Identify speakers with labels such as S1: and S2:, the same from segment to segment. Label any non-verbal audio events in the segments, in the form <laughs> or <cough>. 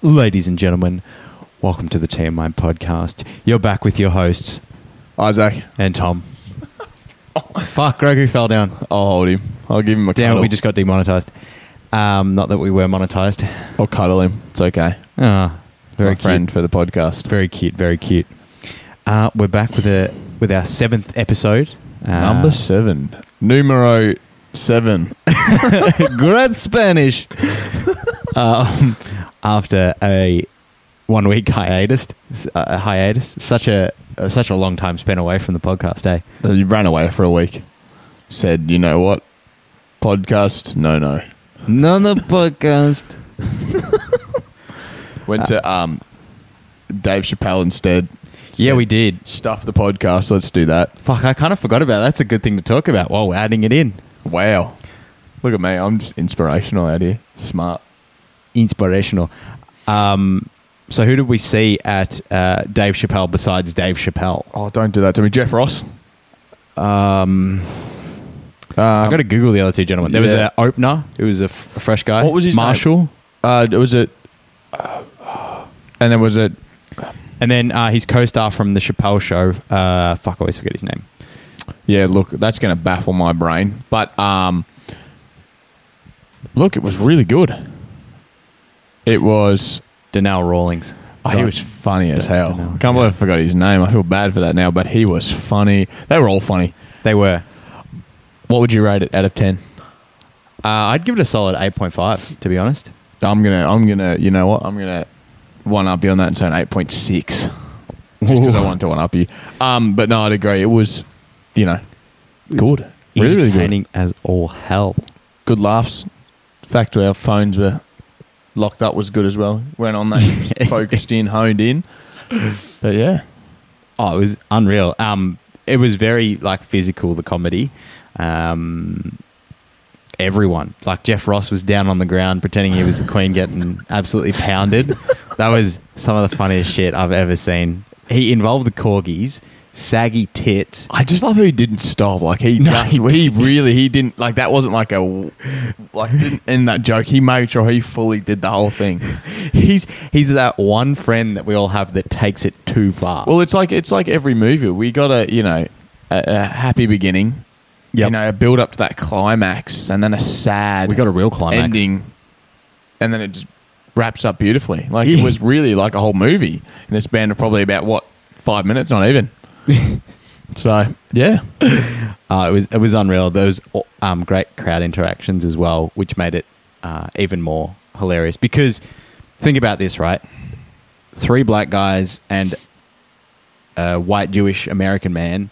S1: Ladies and gentlemen, welcome to the TMI podcast. You're back with your hosts
S2: Isaac,
S1: and Tom. <laughs> Fuck, Grogu fell down.
S2: I'll hold him. I'll give him a
S1: Damn,
S2: cuddle.
S1: we just got demonetized. Um, not that we were monetized.
S2: I'll cuddle him. It's okay.
S1: Ah, very
S2: My
S1: cute.
S2: friend for the podcast.
S1: Very cute. Very cute. Uh, we're back with a with our seventh episode. Uh,
S2: Number seven. Numero seven.
S1: <laughs>
S2: <laughs>
S1: Great Spanish. <laughs> um, after a one week hiatus, uh, hiatus, such a uh, such a long time spent away from the podcast, eh?
S2: You ran away for a week. Said, you know what? Podcast? No, no.
S1: None of the podcast. Uh,
S2: Went to um, Dave Chappelle instead.
S1: <laughs> yeah,
S2: Said,
S1: we did.
S2: stuff the podcast. Let's do that.
S1: Fuck, I kind of forgot about. That. That's a good thing to talk about while we're adding it in.
S2: Wow. Look at me. I'm just inspirational out here. Smart.
S1: Inspirational. Um, so who did we see at uh, Dave Chappelle besides Dave Chappelle?
S2: Oh, don't do that to me. Jeff Ross.
S1: Um, I
S2: Um,
S1: got to Google the other two gentlemen. There was
S2: Yeah.
S1: an opener. It was a, f- a fresh guy.
S2: What was his name?
S1: Marshall?
S2: uh, was it. and then was it.
S1: And then uh, his co-star from the Chappelle Show. Uh, fuck, I always forget his name.
S2: Yeah, look, that's going to baffle my brain. But um, look, it was really good. It was.
S1: Denell Rawlings.
S2: Oh, he was funny as
S1: Don't
S2: hell.
S1: know.
S2: Can't believe I forgot his name. I feel bad for that now, but he was funny. They were all funny.
S1: They were.
S2: What would you rate it out of ten?
S1: Uh, I'd give it a solid eight point five. To be honest.
S2: I'm gonna, I'm gonna, you know what? I'm gonna one up you on that and say an eight point six, just because I want to one up you. Um, but no, I'd agree. It was, you know, good, really, really good.
S1: Entertaining as all hell.
S2: good laughs. Fact our phones were locked up was good as well. Went on <laughs> that, focused in, honed in. But yeah,
S1: Oh, it was unreal. Um, it was very like physical. The comedy. Um, everyone like Jeff Ross was down on the ground pretending he was the Queen, getting absolutely pounded. That was some of the funniest shit I've ever seen. He involved the corgis, saggy tits.
S2: I just love how he didn't stop. Like <laughs> he
S1: No,
S2: just,
S1: he
S2: he, really, he didn't like that. Wasn't like a like didn't end that joke. He made sure he fully did the whole thing.
S1: He's he's that one friend that we all have that takes it too far.
S2: Well, it's like it's like every movie. We got a you know a, a happy beginning.
S1: Yep.
S2: You know, a build up to that climax, and then a sad.
S1: we got a real climax.
S2: ending, and then it just wraps up beautifully.
S1: <laughs>
S2: Like it was really like a whole movie in the span of probably about what five minutes,
S1: <laughs>
S2: not even. so yeah,
S1: Uh, it was it was unreal. Those um, great crowd interactions as well, which made it uh, even more hilarious. Because think about this, right? Three black guys and a white Jewish American man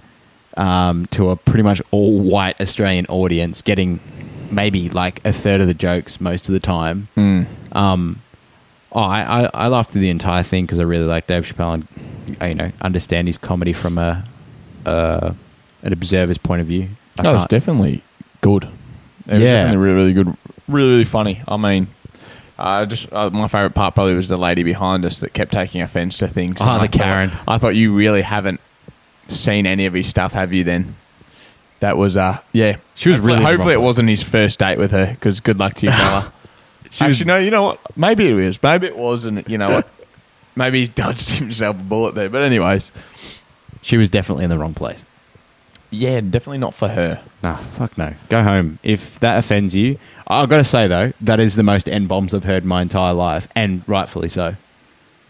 S1: um, to a pretty much all white Australian audience, getting maybe like a third of the jokes most of the time. Um, oh, I, I, I laughed through the entire thing because I really like Dave Chappelle and I, you know understand his comedy from a uh, an observer's point of view. I
S2: no, it was
S1: can't-
S2: definitely good. It was
S1: Yeah.
S2: definitely really, really good, really, really funny. I mean. Uh, just uh, my favorite part probably was the lady behind us that kept taking offense to things.
S1: Ah,
S2: And I
S1: the Karen.
S2: Thought, I thought you really haven't seen any of his stuff, have you? Then that was uh, yeah.
S1: She was
S2: Hopefully-
S1: really
S2: Hopefully, it
S1: grumpy.
S2: wasn't his first date with her. Because good
S1: <laughs>
S2: luck to you, fella. Actually, no, you know what? Maybe it was. Maybe it was, and you
S1: <laughs>
S2: know what? Maybe he dodged himself a bullet there. But anyways,
S1: she was definitely in the wrong place.
S2: yeah, definitely not for her.
S1: Nah, fuck no. Go home. If that offends you, I've got to say though, that is the most n bombs I've heard in my entire life, and rightfully so.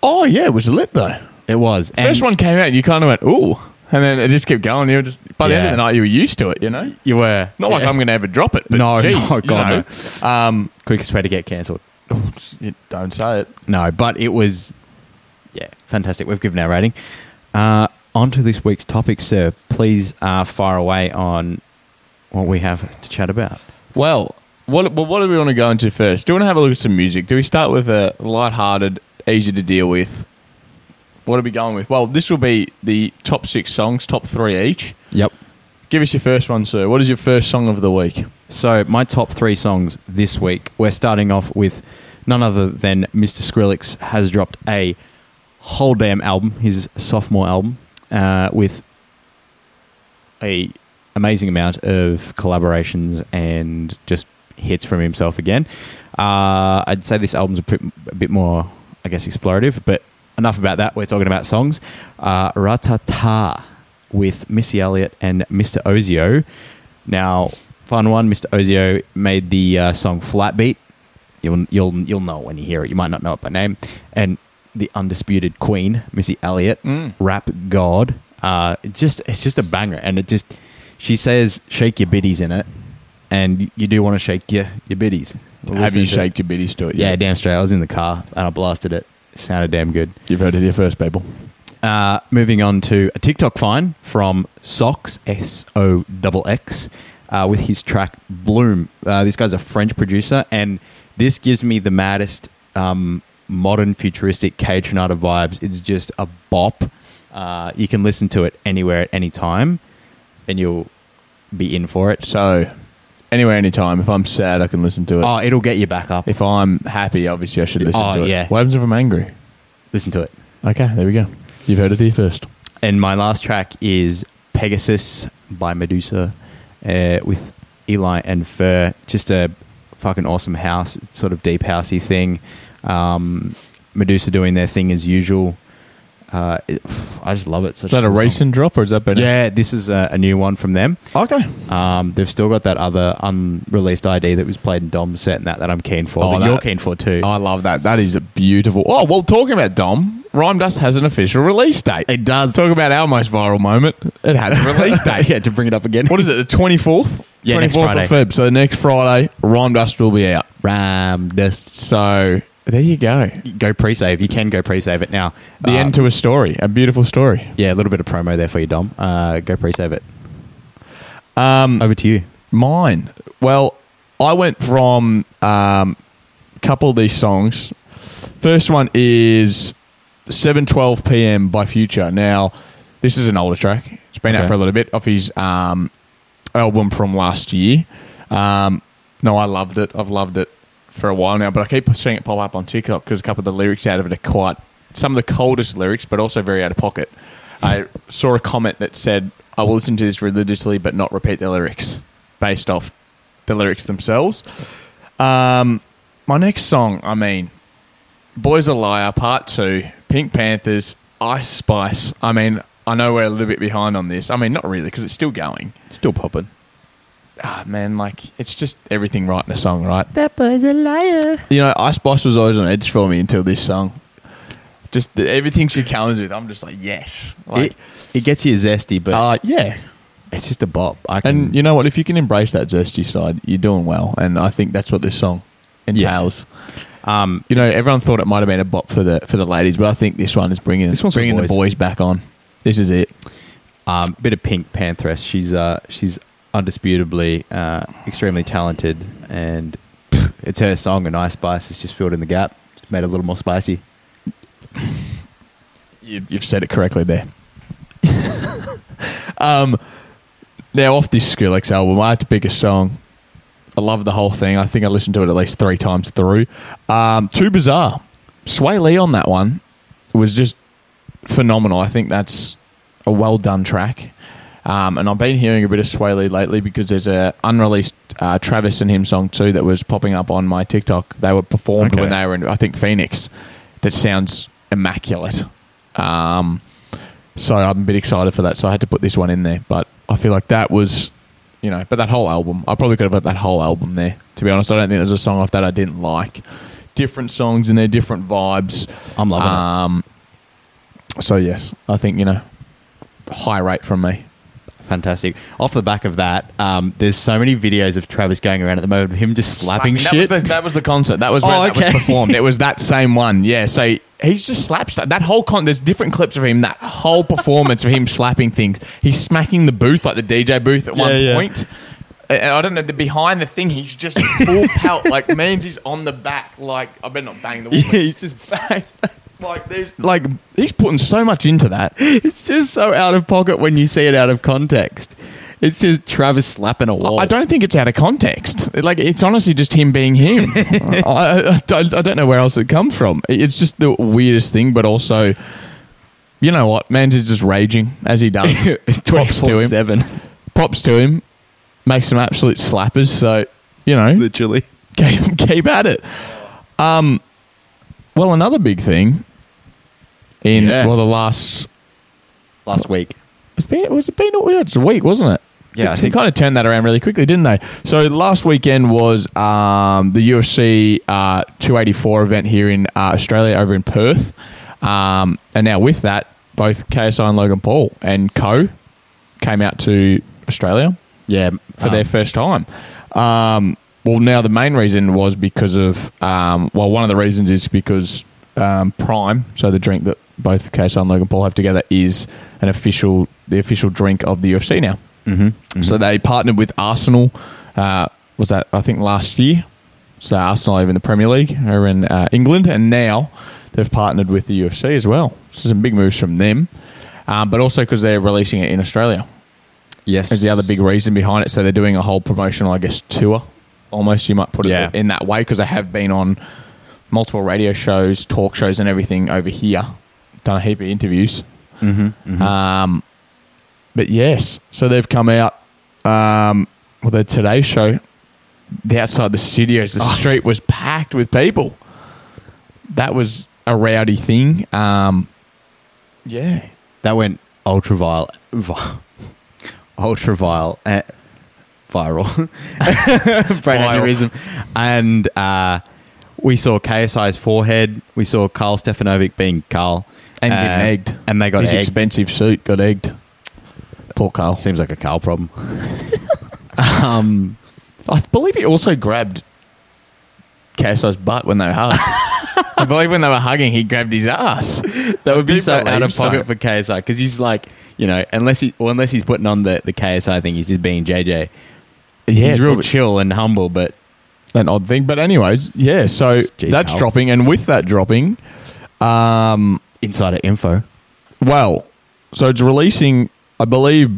S2: Oh yeah, it was lit though.
S1: It was. And
S2: First one came out, you kind of went ooh, and then it just kept going. You were just by the end
S1: Yeah.
S2: of the night, you were used to it. You know,
S1: you were
S2: not like
S1: Yeah.
S2: I'm going to ever drop it. But
S1: No,
S2: geez,
S1: no,
S2: you
S1: God,
S2: know. Um,
S1: quickest way to get cancelled.
S2: you don't say it.
S1: No, but it was, yeah, fantastic. We've given our rating. Uh, on to this week's topic, sir. Please uh, fire away on what we have to chat about.
S2: Well, what well, what do we want to go into first? Do we want to have a look at some music? Do we start with a light-hearted, easy to deal with? What are we going with? Well, this will be the top six songs, top three each.
S1: Yep.
S2: Give us your first one, sir. What is your first song of the week?
S1: So, my top three songs this week, we're starting off with none other than Mr. Skrillex has dropped a whole damn album, his sophomore album, uh, with a amazing amount of collaborations and just hits from himself again. Uh, I'd say this album's a, pr- a bit more I guess, explorative. But enough about that. We're talking about songs. Uh, Ratata with Missy Elliott and Mr. Ozio. Now, fun one. Mr. Ozio made the uh, song Flatbeat. You'll you'll you'll know it when you hear it. You might not know it by name. And the undisputed queen, Missy Elliott, rap god. Uh, it just it's just a banger, and it just she says shake your biddies in it, and you do want to shake your your biddies.
S2: Have you
S1: Listen to it.
S2: shaked your biddies to it?
S1: Yeah, damn straight. I was in the car and I blasted it. Sounded damn good.
S2: You've heard it here first, people.
S1: Uh, moving on to a TikTok find from Sox S O X uh, with his track Bloom. Uh, this guy's a French producer, and this gives me the maddest um, modern futuristic K Tronada vibes. It's just a bop. Uh, you can listen to it anywhere at any time, and you'll be in for it.
S2: So, anywhere, anytime. If I'm sad, I can listen to it.
S1: Oh, it'll get you back up.
S2: If I'm happy, obviously, I should listen
S1: Oh,
S2: to it.
S1: yeah.
S2: What happens if I'm angry?
S1: Listen to it.
S2: Okay, there we go. You've heard it here first.
S1: And my last track is Pegasus by Medusa uh, with Eli and Fur. Just a fucking awesome house, sort of deep housey thing. Um, Medusa doing their thing as usual. Uh, it- I just love it. Such
S2: Is that a
S1: cool song.
S2: recent drop or has that been?
S1: Yeah, this is a, a new one from them.
S2: Okay.
S1: Um, they've still got that other unreleased ID that was played in Dom's set and that that I'm keen for.
S2: Oh,
S1: that,
S2: that-
S1: you're keen for too.
S2: I love that. That is a beautiful. Oh, well, talking about Dom, Rhyme Dust has an official release date.
S1: it does.
S2: Talk about our most viral moment. It <laughs> has a
S1: <laughs>
S2: release date.
S1: yeah, to bring it up again.
S2: What is it, the 24th?
S1: Yeah,
S2: 24th
S1: next
S2: of Feb. So, next Friday, Rhyme Dust will be out.
S1: Ram dust.
S2: So, there you go.
S1: Go pre-save. You can go pre-save it now.
S2: The
S1: Uh,
S2: end to a story, a beautiful story.
S1: Yeah, a little bit of promo there for you, Dom. Uh, go pre-save it.
S2: Um,
S1: Over to you.
S2: Mine. Well, I went from um, a couple of these songs. First one is 7:12 p.m. by Future. Now, this is an older track. It's been out
S1: Okay.
S2: for a little bit off his um, album from last year. Um, no, I loved it. I've loved it for a while now, but I keep seeing it pop up on TikTok because a couple of the lyrics out of it are quite some of the coldest lyrics, but also very out of pocket. I saw a comment that said, "I will listen to this religiously, but not repeat the lyrics based off the lyrics themselves." Um, my next song, I mean, Boys a Liar Part Two, Pink Panthers, Ice Spice. I mean, I know we're a little bit behind on this. I mean, not really because it's still going.
S1: Still popping.
S2: Ah, man, like it's just everything right in a song, right?
S1: That boy's a liar.
S2: You know, Ice Spice was always on edge for me until this song. Just the, everything she comes with, I'm just like, yes, like,
S1: it, it gets you zesty, but
S2: uh, yeah.
S1: it's just a bop. I can,
S2: And you know what? If you can embrace that zesty side, you're doing well. And I think that's what this song entails.
S1: um,
S2: You know, everyone thought it might have been a bop for the for the ladies, but I think this one is bringing
S1: This one's for
S2: bringing the
S1: boys.
S2: boys back on. This is it.
S1: um, bit of Pink Pantheress. She's uh, she's undisputably uh, extremely talented, and pff, it's her song. And Ice Spice has just filled in the gap, just made it a little more spicy.
S2: You, you've said it correctly there. <laughs> um, now, off this Skrillex album, I had to pick a song. I love the whole thing. I think I listened to it at least three times through. Um, Too Bizarre. Sway Lee on that one was just phenomenal. I think that's a well done track. Um, and I've been hearing a bit of Sway Lee lately because there's a unreleased uh, Travis and him song too that was popping up on my TikTok. They were performed
S1: Okay.
S2: when they were in, I think, Phoenix. That sounds immaculate. Um, so I'm a bit excited for that. So I had to put this one in there, but I feel like that was, you know, but that whole album, I probably could have put that whole album there. To be honest, I don't think there's a song off that I didn't like. Different songs and their different vibes.
S1: I'm loving it.
S2: um, So yes, I think you know, high rate from me.
S1: Fantastic. Off the back of that, um, there's so many videos of Travis going around at the moment of him just slapping,
S2: That
S1: shit.
S2: Was the, that was the concert. That was where
S1: Oh,
S2: that
S1: okay.
S2: was performed. It was that same one. Yeah. So he's just slapped stuff. That whole con. There's different clips of him. That whole performance of him slapping things. He's smacking the booth like the DJ booth at
S1: Yeah,
S2: one
S1: yeah.
S2: point. And I don't know the behind the thing. He's just
S1: <laughs>
S2: full pelt. Like means he's on the back. Like I better not bang the wall.
S1: Yeah, he's just bang.
S2: <laughs> Like there's like he's putting so much into that.
S1: <laughs> It's just so out of pocket when you see it out of context. It's just Travis slapping a wall. <laughs>
S2: I don't think it's out of context. Like it's honestly just him
S1: <laughs>
S2: being him. I, I, don't- I don't know where else it comes from. It's just the weirdest thing, but also, you know what? Mans is just raging as
S1: <laughs>
S2: he does. <laughs> Props to him.
S1: seven,
S2: Props to him. Makes some absolute slappers. So you know, <laughs>
S1: literally.
S2: keep, keep at it. Um, Well, another big thing in
S1: Yeah.
S2: well the last
S1: last week.
S2: it's been, was it been yeah, it's a week, wasn't it?
S1: Yeah, I
S2: they
S1: think-
S2: kind of turned that around really quickly, didn't they? So last weekend was um, the UFC uh, 284 event here in uh, Australia, over in Perth, um, and now with that, both KSI and Logan Paul and Co came out to Australia
S1: Yeah,
S2: for
S1: um,
S2: their first time. Um, well, now the main reason was because of um, well, one of the reasons is because um, Prime, so the drink that both KSI and Logan Paul have together, is an official the official drink of the UFC now.
S1: mhm, mhm.
S2: So they partnered with Arsenal. Uh, was that I think last year? So Arsenal over in the Premier League over in uh, England, and now they've partnered with the UFC as well. So some big moves from them, um, but also because they're releasing it in Australia
S1: yes,
S2: is the other big reason behind it. So they're doing a whole promotional, I guess, tour. Almost, you might put it
S1: Yeah.
S2: in that way because they have been on multiple radio shows, talk shows, and everything over here. Done a heap of interviews.
S1: Mhm,
S2: Um, but yes, so they've come out um, with a Today Show. The outside the studios,
S1: Oh.
S2: the street was packed with people. That was a rowdy thing. Um, yeah,
S1: that went ultra <laughs> vile, vi- ultra vile, uh, viral, <laughs> brain
S2: Viral.
S1: aneurysm, and uh, we saw KSI's forehead. We saw Carl Stefanovic being Carl
S2: and
S1: uh,
S2: getting egged.
S1: and they got
S2: his
S1: egged.
S2: expensive suit got egged. Poor Carl.
S1: Seems like a Carl problem. um,
S2: I believe he also grabbed KSI's butt when
S1: <laughs>
S2: they hugged. I believe when they were hugging, he grabbed his ass.
S1: that would be
S2: do
S1: so out
S2: believe
S1: of pocket
S2: so.
S1: for KSI because he's like, you know, unless he well, unless he's putting on the the KSI thing, he's just being JJ.
S2: Yeah,
S1: he's real
S2: probably.
S1: chill and humble, but
S2: An odd thing, but anyways, yeah. So
S1: Jeez,
S2: that's
S1: Carl.
S2: dropping, and with that dropping, um,
S1: insider info.
S2: well, so it's releasing. I believe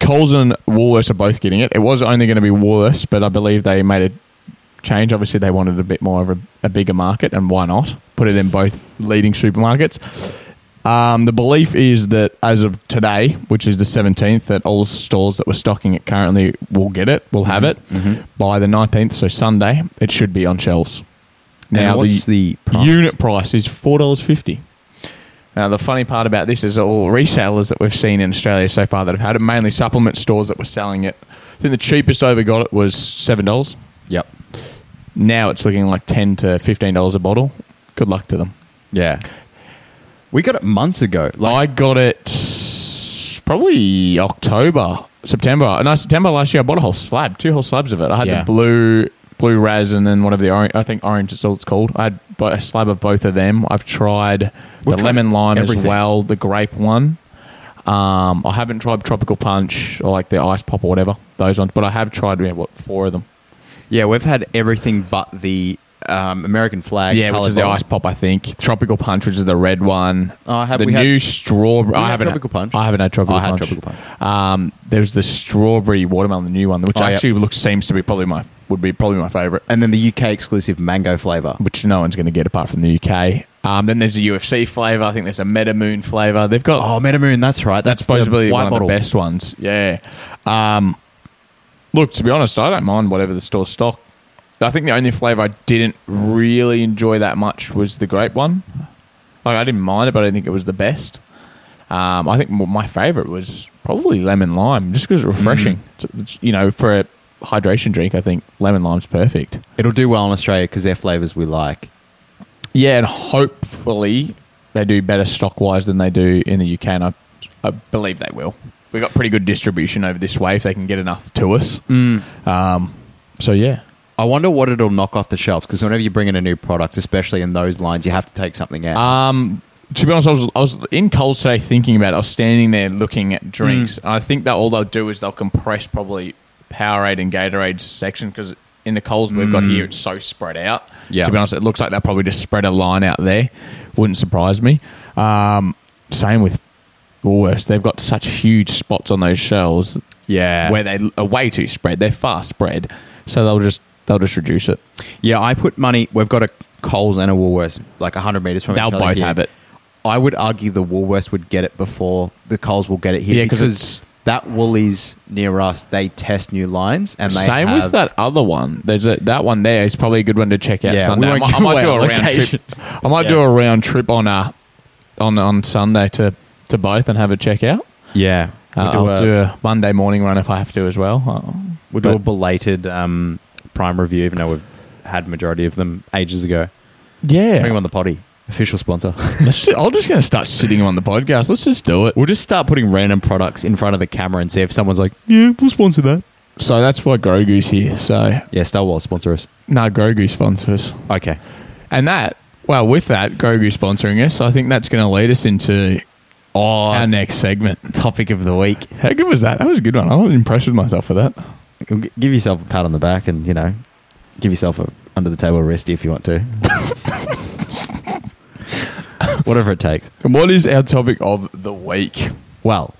S2: Coles and Woolworths are both getting it. It was only going to be Woolworths, but I believe they made a change. Obviously, they wanted a bit more of a, a bigger market, and why not put it in both leading supermarkets? Um, the belief is that as of today, which is the 17th, that all stores that were stocking it currently will get it, will have it by the 19th, so Sunday. It should be on shelves.
S1: Now, what's the, price?
S2: Unit price is four dollars fifty. Now the funny part about this is all resellers that we've seen in Australia so far that have had it, mainly supplement stores that were selling it. I think the cheapest I ever got it was seven dollars.
S1: Yep.
S2: Now it's looking like ten to fifteen dollars a bottle. Good luck to them.
S1: Yeah. We got it months ago. Like
S2: I got it probably October, September. Uh, No, September last year. I bought a whole slab, two whole slabs of it. I had
S1: Yeah.
S2: the blue, blue raz, and then one of the orange. I think orange is all it's called. I had bo- a slab of both of them. I've tried
S1: We've
S2: the
S1: tried
S2: lemon lime as
S1: everything.
S2: well, the grape one. Um, I haven't tried tropical punch or like the ice pop or whatever those ones, but I have tried yeah, what four of them.
S1: yeah, we've had everything but the um, American flag.
S2: Yeah, which
S1: coloured
S2: is the
S1: bottle.
S2: ice pop, I think. Tropical punch, which is the red one.
S1: Oh, have
S2: the
S1: we had-
S2: new strawberry.
S1: We
S2: I
S1: had
S2: haven't
S1: Tropical Punch.
S2: I haven't had tropical
S1: I had
S2: punch.
S1: Tropical
S2: Um, there's the strawberry watermelon, the new one, which
S1: Oh, yeah.
S2: actually looks seems to be probably my would be probably my favorite,
S1: And then the UK exclusive mango flavour.
S2: which no one's going to get apart from the UK. Um, then there's a UFC flavor. I think there's a Meta Moon flavor. They've got
S1: Oh, Metamoon, that's right. That's,
S2: that's supposedly
S1: the white
S2: one
S1: bottle.
S2: of the best ones. Yeah. Um, look, to be honest, I don't mind whatever the store stock. I think the only flavor I didn't really enjoy that much was the grape one. Like I didn't mind it, but I didn't think it was the best. Um, I think m- my favorite was probably lemon lime, just because it's refreshing.
S1: Mm.
S2: It's, it's, you know, for a hydration drink, I think lemon lime's perfect.
S1: It'll do well in Australia because their flavours we like.
S2: Yeah, and hopefully they do better stock wise than they do in the UK, and I, I believe they will. We got pretty good distribution over this way if they can get enough to us. Um, so yeah,
S1: I wonder what it'll knock off the shelves because whenever you bring in a new product, especially in those lines, you have to take something out.
S2: Um, to be honest, I was, I was in Coles today thinking about it. I was standing there looking at drinks.
S1: Mm.
S2: And I think that all they'll do is they'll compress probably Powerade and Gatorade's section because in the Coles we've got here, it's so spread out.
S1: Mm. Yeah.
S2: To be honest, it looks like they'll probably just spread a line out there. Wouldn't surprise me. Um, same with Woolworths. They've got such huge spots on those shelves
S1: yeah.
S2: where they are way too spread. They're far spread. So they'll just they'll just reduce it.
S1: Yeah, I put money. We've got a Coles and a Woolworths, like hundred meters from
S2: They'll
S1: each other.
S2: both
S1: here.
S2: have it.
S1: I would argue the Woolworths would get it before the Coles will get it here.
S2: Yeah, 'cause it's-
S1: that Woolies near us, they test new lines and they
S2: Same
S1: have,
S2: with that other one. There's a, that one there. It's probably a good one to check out
S1: Yeah, we
S2: Sunday. I
S1: won't
S2: might, I
S1: give
S2: might
S1: away
S2: do a
S1: our
S2: round
S1: location.
S2: trip. I might do
S1: Yeah.
S2: a round trip on uh, on on Sunday to to both and have a check out.
S1: Yeah,
S2: Uh,
S1: we'll do
S2: I'll
S1: a-
S2: do a Monday morning run if I have to as well. Uh,
S1: We'll do a
S2: But-
S1: belated um, prime review, even though we've had majority of them ages ago. Bring them
S2: yeah,
S1: on the potty. Official sponsor. <laughs>
S2: Let's ju- I'm just going to start sitting on the podcast. Let's just do it.
S1: we'll just start putting random products in front of the camera and see if someone's like, "Yeah, we'll sponsor that."
S2: So that's why Grogu's here. So
S1: Yeah, Star Wars sponsor us.
S2: no, Grogu sponsors.
S1: Okay.
S2: And that, well, with that, Grogu sponsoring us, I think that's going to lead us into
S1: Oh,
S2: our next segment.
S1: topic of the week.
S2: How good was that? That was a good one. I was impressed with myself for that.
S1: G- Give yourself a pat on the back, and you know, give yourself a under the table wristy if you want to. <laughs> Whatever it takes.
S2: And what is our topic of the week?
S1: Well,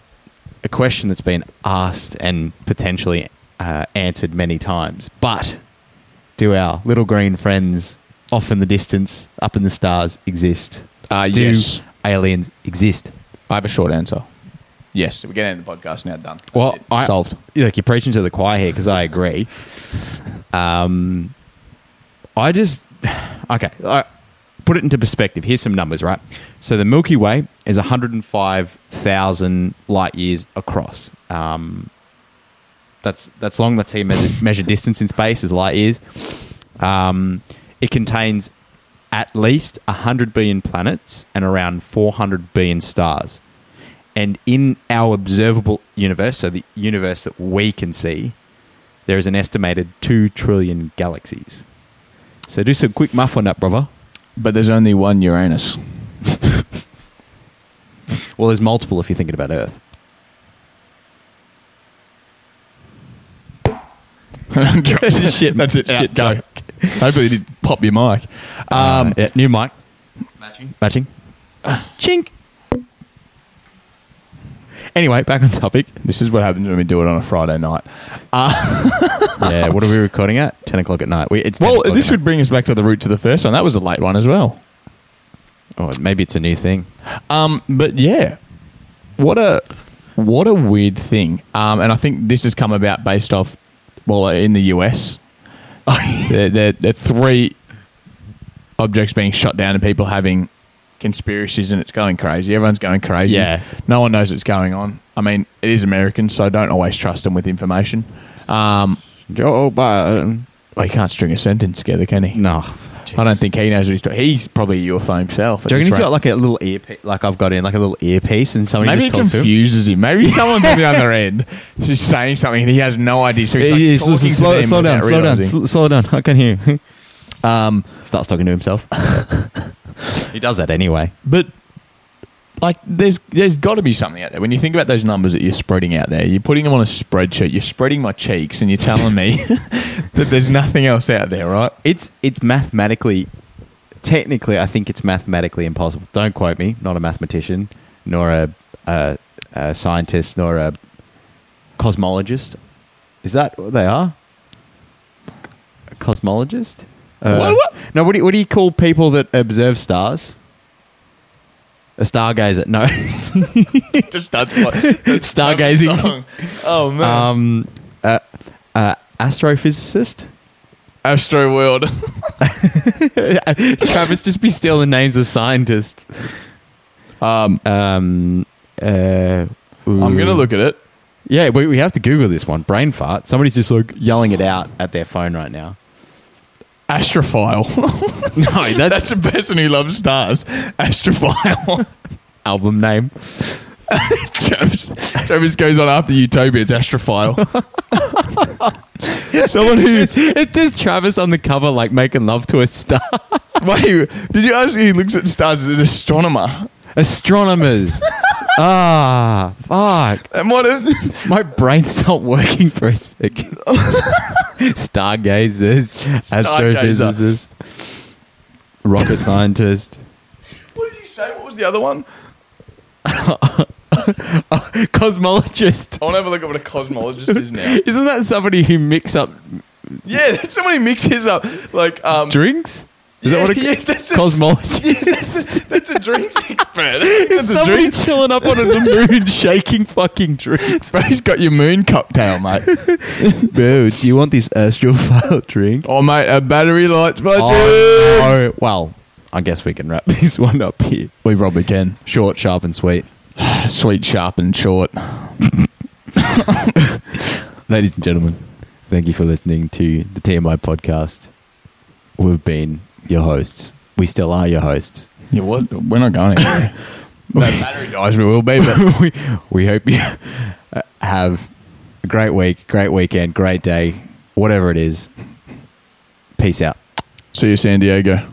S1: a question that's been asked and potentially uh, answered many times, but do our little green friends off in the distance, up in the stars, exist?
S2: Uh,
S1: do aliens exist?
S2: I have a short answer. Yes, we're getting the podcast now. Done.
S1: Well,
S2: That's it.
S1: I,
S2: solved.
S1: Look, you're preaching to the choir here because I agree. um, I just <sighs> okay. I, put it into perspective. Here's some numbers, right? So the Milky Way is 105,000 light years across. Um, that's that's long. That's how you measure, <laughs> measure distance in space is light years. Um, it contains at least 100 billion planets and around 400 billion stars. And in our observable universe, so the universe that we can see, there is an estimated 2 trillion galaxies. So do some quick muff on that, brother.
S2: But there's only one <laughs> Uranus.
S1: Well, there's multiple if you're thinking about Earth.
S2: <laughs> Shit, that's it. Shit, go. Hopefully, you didn't pop your mic. Um,
S1: Uh, yeah, new mic. Matching. <sighs> Matching. Chink. Anyway, back on topic.
S2: This is what happens when we do it on a Friday night.
S1: Yeah, what are we recording at? 10 o'clock at night. We, it's 10
S2: Well,
S1: o'clock
S2: this
S1: at
S2: would bring us back to the root to the first one. That was a late one as well.
S1: night. Oh, maybe it's a new thing.
S2: Um, but yeah, what a what a weird thing. Um, and I think this has come about based off, well, uh, in the
S1: <laughs>
S2: US, there, there, there are three objects being shot down and people having conspiracies, and it's going crazy. Everyone's going crazy.
S1: Yeah.
S2: no one knows what's going on. I mean, it is American, so don't always trust them with information. Um,
S1: Joe Biden.
S2: well, he can't string a sentence together, can he?
S1: No.
S2: I don't think he knows what he's doing. He's probably a UFO himself. at
S1: Do you reckon
S2: this
S1: he's
S2: rate.
S1: got like a little earpiece, like I've got in, like a little earpiece, and somebody
S2: Maybe it
S1: just talks to him?
S2: confuses him. Maybe someone's on the other <laughs> end. She's saying something and he has no idea. So he's like
S1: Yeah, yeah,
S2: talking
S1: slow,
S2: to
S1: slow,
S2: them
S1: slow down,
S2: without
S1: slow down,
S2: realising.
S1: sl- slow down. I can hear. <laughs> you.
S2: Um,
S1: Starts talking to himself. <laughs> he does that anyway.
S2: but like, there's there's got to be something out there. When you think about those numbers that you're spreading out there, you're putting them on a spreadsheet. You're spreading my cheeks, and you're telling me <laughs> that there's nothing else out there, right? <laughs>
S1: It's it's mathematically, technically, I think it's mathematically impossible. Don't quote me. Not a mathematician, nor a, a, a scientist, nor a cosmologist. Is that what they are? A cosmologist. Uh,
S2: What- what?
S1: No, what do you, what do you call people that observe stars? A stargazer. No, <laughs>
S2: Just that's what that's
S1: Stargazing.
S2: the song. Oh man,
S1: um, uh, uh, astrophysicist.
S2: Astro World. <laughs>
S1: Travis, just be still. The name's a scientist.
S2: Um,
S1: Um, uh,
S2: I'm gonna look at it.
S1: Yeah, we, we have to Google this one. Brain fart. Somebody's just like yelling it out at their phone right now. <laughs>
S2: Astrophile. <laughs>
S1: No, that's, <laughs>
S2: That's a person who loves stars. Astrophile. <laughs>
S1: album name.
S2: Travis, Travis goes on after Utopia. It's <laughs> Astrophile. Someone
S1: It's
S2: who's
S1: just, it's just Travis on the cover, like making love to a star.
S2: wait. Did you ask? He looks at stars as an astronomer.
S1: <laughs> <laughs> Astronomers. ah, fuck.
S2: And what? If, <laughs>
S1: My brain's stopped working for a <laughs> second. Stargazers, astrophysicist, rocket scientist,
S2: what did you say? What was the other one?
S1: cosmologist. <laughs>
S2: I want to have a look at what a cosmologist is <laughs> now.
S1: Isn't that somebody who mix up
S2: Yeah, that's somebody mixes up like um.
S1: drinks? Is
S2: yeah, <laughs>
S1: that what a
S2: yeah, that's a,
S1: cosmology?
S2: <laughs> that's a, that's a drinks. happened? It's a
S1: Somebody
S2: drink.
S1: chilling up on a moon, <laughs> shaking fucking drinks.
S2: Bro, he's got your moon cocktail, <laughs> mate.
S1: <laughs> Bro, do you want this astral file <laughs> drink?
S2: oh, mate, a battery light's budget.
S1: Oh, no. Well, I guess we can wrap <laughs> this one up here.
S2: We probably can.
S1: Short, sharp, and sweet.
S2: Sweet, sharp, and short.
S1: Ladies and gentlemen, thank you for listening to the TMI podcast. We've been your hosts. We still are your hosts.
S2: Yeah, what? We're not going anywhere. <laughs> that battery dies, we will be, <laughs> but
S1: <laughs> we, we hope you uh, have a great week, great weekend, great day, whatever it is. Peace out.
S2: see you, San Diego.